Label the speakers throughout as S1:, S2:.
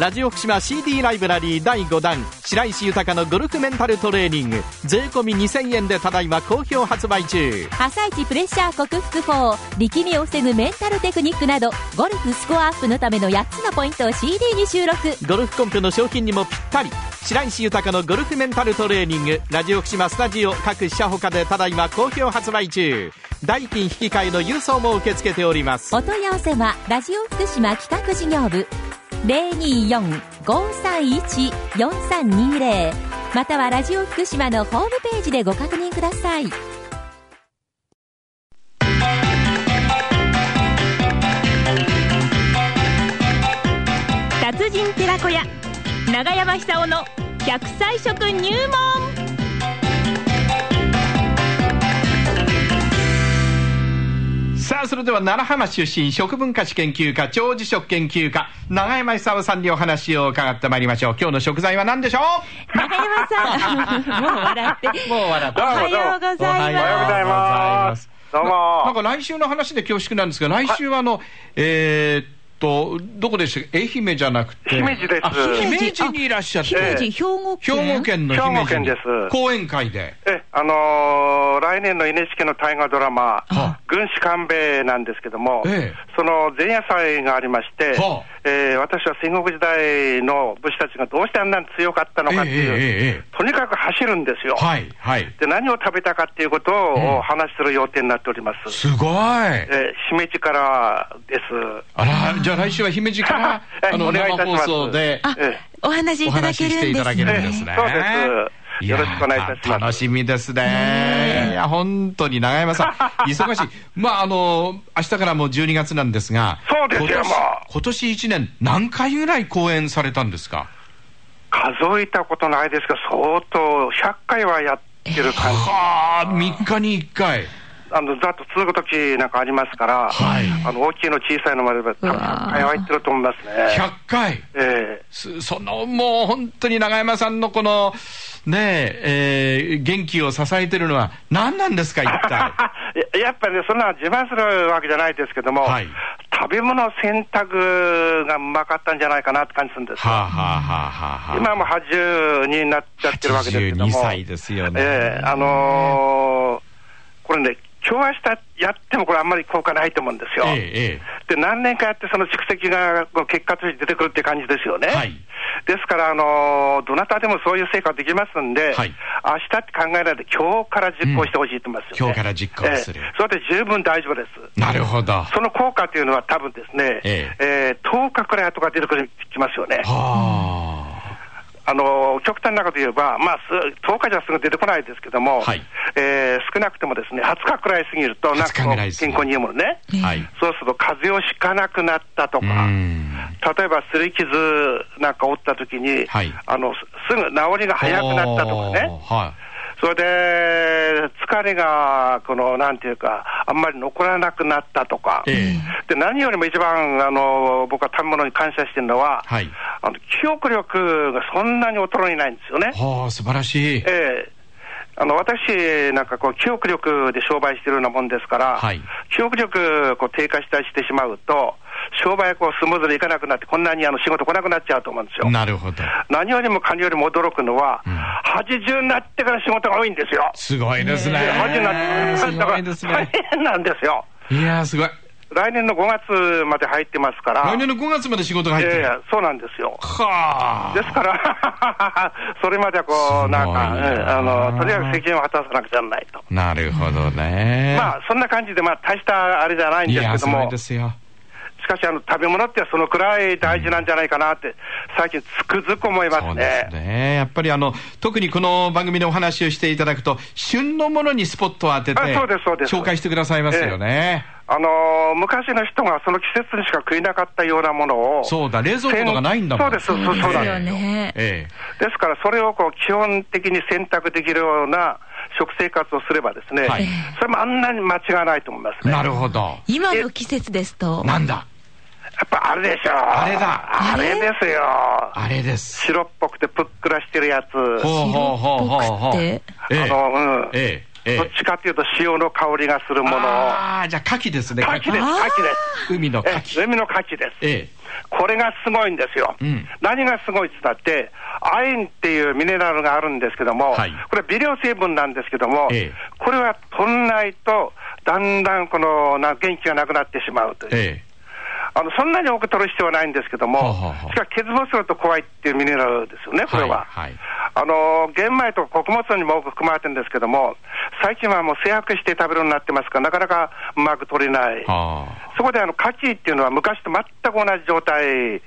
S1: ラジオ福島 CD ライブラリー第5弾白石豊のゴルフメンタルトレーニング税込み2000円でただいま好評発売中
S2: 朝一プレッシャー克服法力みを防ぐメンタルテクニックなどゴルフスコアアップのための8つのポイントを CD に収録
S1: ゴルフコンペの賞金にもぴったり白石豊のゴルフメンタルトレーニングラジオ福島スタジオ各社ほかでただいま好評発売中代金引き換えの郵送も受け付けております
S2: お問い合わせはラジオ福島企画事業部024-531-4320またはラジオ福島のホームページでご確認ください
S3: 達人寺子屋長山久夫の百歳食入門
S1: さあそれでは奈良浜出身食文化史研究家長寿食研究家永山久さんにお話を伺ってまいりましょう今日の食材は何でしょ
S3: 長山さ んもう笑って
S1: うもう笑っ
S3: お
S1: た
S3: はようご
S1: おは
S3: ざい
S1: ようご
S3: ま
S1: ざ
S3: す
S1: います
S4: どう
S1: ななん
S4: も。
S1: か来週の話で恐縮なんですが来週はあの、えーっとどこでしたっけ愛媛じゃなくて
S4: 姫路です
S1: あ姫路にいらっしゃって
S4: 姫
S3: 兵庫
S1: 兵庫県の
S4: 兵
S1: 姫
S4: 庫
S1: 路
S4: 県
S1: に
S4: です
S1: 講演会で
S4: え、あのー来年の NHK の大河ドラマ
S1: はあ、
S4: 軍師官兵衛なんですけども、
S1: ええ
S4: その前夜祭がありまして、
S1: はあ
S4: えー私は戦国時代の武士たちがどうしてあんなに強かったのかっていう、
S1: えええええ
S4: とにかく走るんですよ。
S1: はいはい
S4: で、何を食べたかっていうこと
S1: ええ
S4: をお話しする予定になっております。
S1: すごい
S4: えー、姫路からです。
S1: あらじゃあ来週は姫路から
S4: はい
S1: あの
S4: お願いい
S1: 生
S4: たしま
S1: 放
S4: す
S1: 送で
S4: あえ
S3: お話し
S1: お
S3: いただ
S1: 話
S3: け
S1: ししてい
S3: る
S1: た
S3: んです
S1: だけるん
S3: ね
S1: ですね。
S4: そうです
S1: やー
S4: よろしくお願いいたします
S1: 楽しみですね。いや、本当に長山 さん、忙しい。まあ、あの、明日からもう12月なんですが、
S4: そうですよ
S1: 今年
S4: もう
S1: 今年1年、何回ぐらい講演されたんですか
S4: 数えたことないですが、相当100回はやってる感じ。
S1: はあ、3日に1回。
S4: あの、ざっと続くときなんかありますから、
S1: はい
S4: あの、大きいの小さいのまで、多分100回は入ってると思いますね。
S1: 100回。
S4: ええ
S1: すそのもう本当に永山さんのこのねええー元気を支えてるのは何なんですか一 体
S4: ややっぱりね、そんな自慢するわけじゃないですけども、
S1: はい
S4: 食べ物選択がうまかったんじゃないかなって感じするんですよ。
S1: はあ、はあはあはあ、
S4: 今はもう82になっちゃってるわけですけども。
S1: 82歳ですよね
S4: ええあのーこれね、今日明日やってもこれあんまり効果ないと思うんですよ。
S1: ええええ
S4: で、何年かやって、その蓄積がこう結果として出てくるって感じですよね。
S1: はい
S4: ですから、あのーどなたでもそういう成果できますんで、
S1: はい
S4: 明日って考えないで、今日から実行してほしいと思いますよ、ね
S1: うん今日から実行する
S4: ええそれで十分大丈夫です。
S1: なるほどは
S4: その効果というのは、多分ですね、
S1: え
S4: えー10日くらい後から出てくるきますよね。
S1: あ
S4: あの極端なこと言えば、まあ、す10日じゃすぐ出てこないですけども、
S1: はい
S4: えー少なくてもですね20日くらい過ぎると、なんか
S1: 20日
S4: こ
S1: くらいう過ぎる
S4: 健康にいいものね、
S1: はい
S4: そうすると風邪をひかなくなったと
S1: う
S4: か、
S1: ん
S4: 例えばすり傷なんか負ったときに、
S1: はい
S4: あの、すすぐ治りが早くなったとかね、
S1: おーは
S4: それで疲れがこのなんていうか、あんまり残らなくなったとか。
S1: いえ
S4: で何よりも一番あの僕は食べ物に感謝してるのは、
S1: はい
S4: あの記憶力がそんなに衰えないんですよね
S1: え。はあ素晴らしい
S4: ええあの私なんかこう、記憶力で商売してるようなもんですから、
S1: はい
S4: 記憶力こう低下したりしてしまうと、商売こうスムーズにいかなくなって、こんなにあの仕事来なくなっちゃうと思うんですよ。
S1: なるほど
S4: 何よりも何よりも驚くのは、
S1: ん
S4: 80になってから仕事が多いんですよ。
S1: すごいですね
S4: 80になって
S1: す
S4: か
S1: ごい
S4: ら
S1: です
S4: 大
S1: ね
S4: 変なんですよ。
S1: いやーすごい
S4: 来年の5月まで入ってますから。
S1: 来年の5月まで仕事が入って
S4: え
S1: る
S4: えそうなんですよ。
S1: はあ
S4: ですから、 それまではこう、なん
S1: す
S4: か、
S1: ごいな
S4: うんあの、とりあえず責任を果たさなくちゃならないと。
S1: なるほどね
S4: まあ、そんな感じで、まあ、大したあれじゃないん
S1: い
S4: です
S1: や
S4: け
S1: す
S4: ど
S1: ごい
S4: も、
S1: で
S4: し
S1: すよ
S4: かし、あの、食べ物ってそのくらい大事なんじゃないかなって、最近つくづく思いま
S1: そう
S4: す
S1: で
S4: ね。
S1: すね。やっぱりあの、特にこの番組でお話をしていただくと、旬のものにスポットを当てて、
S4: あそうですそうです
S1: 紹介してくださいますよね。
S4: あのー昔の人がその季節にしか食いなかったようなものを、
S1: そうだ、冷蔵庫とかないんだもん。
S4: そうですそうそう
S3: そう
S4: なん
S3: ですよね
S1: ええ
S4: ですから、それをこう基本的に選択できるような食生活をすればですね、
S1: はい
S4: それもあんなに間違わないと思いますね。
S1: なるほど。
S3: 今の季節ですと
S1: なんだ、
S4: やっぱあれでしょう。
S1: あれだ
S4: あれですよ。
S1: あれです。
S4: 白っぽくてぷっくらしてるやつ。あ
S1: ほうほうほうほうほ
S3: 白っぽ
S1: う。
S3: く
S1: え
S3: て
S1: え
S4: の、うん。
S1: ええええ
S4: どっちかっていうと塩の香りがするものを。
S1: ああ、じゃあ、牡蠣ですね。
S4: 牡蠣です、牡蠣です。
S1: 海の牡蠣。
S4: え海の牡蠣です。
S1: ええ
S4: これがすごいんですよ。
S1: うん
S4: 何がすごいって言ったって、亜鉛っていうミネラルがあるんですけども、
S1: はい
S4: これ微量成分なんですけども、
S1: ええ
S4: これは取らないと、だんだんこのな元気がなくなってしまうという。
S1: え
S4: あのそんなに多く取る必要はないんですけども、
S1: はあはあ
S4: しかし欠乏すると怖いっていうミネラルですよね、これは。
S1: はいはい
S4: あの玄米と穀物にも多く含まれてるんですけども、最近はもう制約して食べるようになってますから、なかなかうまく取れない
S1: え。あ
S4: そこであのカキっていうのは昔と全く同じ状態で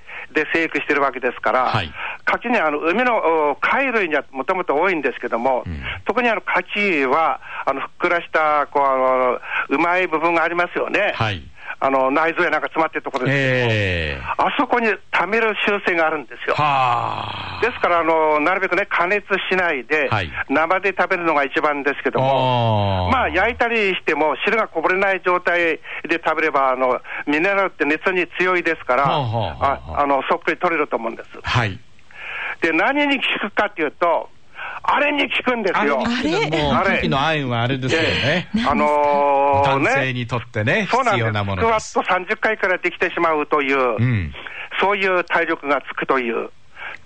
S4: 生育してるわけですから、
S1: はい
S4: カキね、あの海のお貝類にはもともと多いんですけども、
S1: うん
S4: 特にあのカキは、あのふっくらしたこうあのうまい部分がありますよね、
S1: あはい
S4: あの内臓やなんか詰まってるところですけども、
S1: ええ
S4: あそこに溜める習性があるんですよ。
S1: はあ
S4: ですからあの、なるべくね、加熱しないで、
S1: はい
S4: 生で食べるのが一番ですけども。
S1: あー
S4: まあ、焼いたりしても、汁がこぼれない状態で食べれば、あのミネラルって熱に強いですから、
S1: はあはあはあはあ
S4: ああのそっくり取れると思うんです。
S1: はい
S4: で、何に効くかっていうと、あれに効くんですよ。
S1: あれですけども
S4: あれ
S1: 牡蠣の亜鉛はあれですよね
S4: あのー
S1: 男性
S4: ね、
S1: にとってね
S4: そうなん
S1: 必要
S4: です。スク
S1: なもので
S4: ワ
S1: す
S4: ット30回からできてしまうという、
S1: うん
S4: そういう体力がつくという、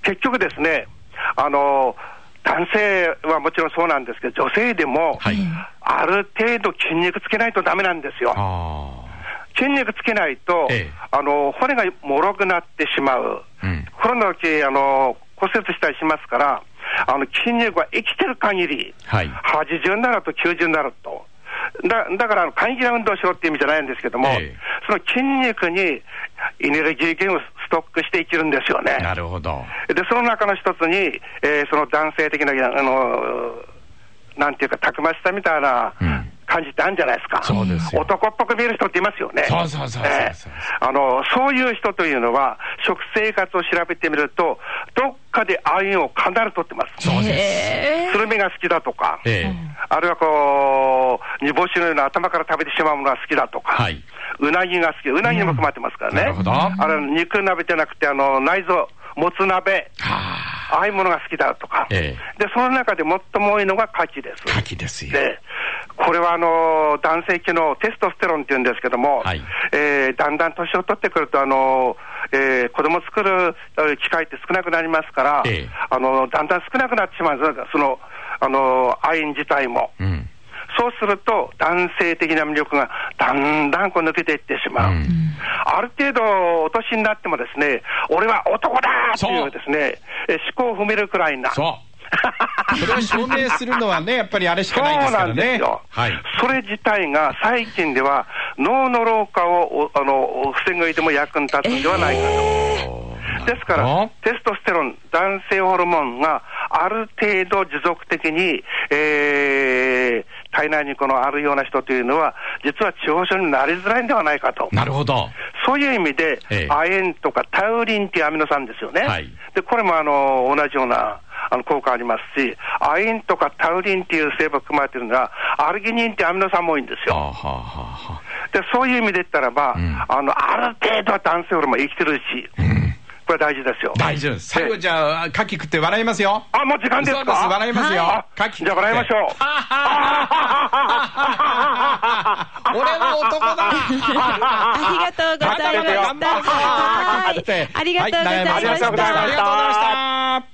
S4: 結局ですね、あの男性はもちろんそうなんですけど、女性でも、
S1: はい
S4: ある程度筋肉つけないとダメなんですよ。
S1: あ
S4: 筋肉つけないと、
S1: ええ
S4: あの骨がもろくなってしまう、
S1: あうん
S4: コロナのうちあの骨折したりしますから、あの筋肉は生きてる限り、
S1: はい
S4: 80になると90になると。だだからあの、簡易な運動をしろっていう意味じゃないんですけども、
S1: ええ
S4: その筋肉にエネルギー源をストックして生きるんですよね。
S1: なるほど
S4: で、その中の一つに、えーその男性的な、あの、なんていうか、たくましさみたいな
S1: うん
S4: 感じってあるんじゃないですか。
S1: そうですよ
S4: 男っぽく見える人っていますよね。
S1: そうそうそうそうそう
S4: ええあの、そういう人というのは、食生活を調べてみると、どっかで亜鉛を必ず取ってます。
S1: そうです
S4: スルメが好きだとか、
S1: ええ
S4: あるいはこう、煮干しのような頭から食べてしまうものが好きだとか、
S1: はいう
S4: なぎが好き、うなぎにも含まれてますからね。
S1: なるほど
S4: あれ、肉鍋じゃなくて、あの、内臓、もつ鍋、
S1: は
S4: ああいうものが好きだとか。
S1: え
S4: で、その中で最も多いのが牡蠣です。
S1: あ牡蠣ですよ
S4: で、これはあのー男性機能、テストステロンっていうんですけども、
S1: はい
S4: えーだんだん年を取ってくると、あのーえー子供作るえー機会って少なくなりますから、
S1: ええ
S4: あのーだんだん少なくなってしまうんです、その、あのー、愛自体も。
S1: うん
S4: そうすると、男性的な魅力がだんだんこう抜けていってしまう。
S1: うん
S4: ある程度、お年になってもですね、俺は男だってい
S1: そう
S4: うですね、え思考を踏めるくらいな。
S1: そうそれを証明するのはねやっぱりあれし
S4: そ
S1: か
S4: う
S1: ないですか
S4: な
S1: ら
S4: ん
S1: ね
S4: ですよ、
S1: はい
S4: それ自体が最近では、脳の老化をおあの防ぐ上でも役に立つんではないかと。ですか
S1: なるほ
S4: ら
S1: ど、
S4: テストステロン、男性ホルモンがある程度持続的に、えー、体内にこのあるような人というのは、実は地方症になりづらいんではないかと。
S1: なるほど
S4: そういう意味で、
S1: ええ
S4: 亜鉛とかタウリンっていうアミノ酸ですよね。
S1: はい
S4: で、これもあの、同じような、あの、効果ありますし、亜鉛とかタウリンっていう成分が含まれてるのは、アルギニンっていうアミノ酸も多いんです
S1: は
S4: よ。
S1: あはあは
S4: で、そういう意味で言ったらば、
S1: うん
S4: あの、ある程度は男性ホルモン生きてるうち、
S1: あうん
S4: これ大事ですよ。
S1: 大丈夫です最後じゃあ牡蠣食って笑いますよ
S4: あ、もう時間ですか
S1: そうです笑いますよ
S4: あ
S1: 牡蠣食って
S4: じゃあ笑いましょう。
S1: 俺は男だ
S3: ありがとうございました。
S1: 頑張れ頑張れ
S3: はいありがとうございました。
S1: ありがとうございました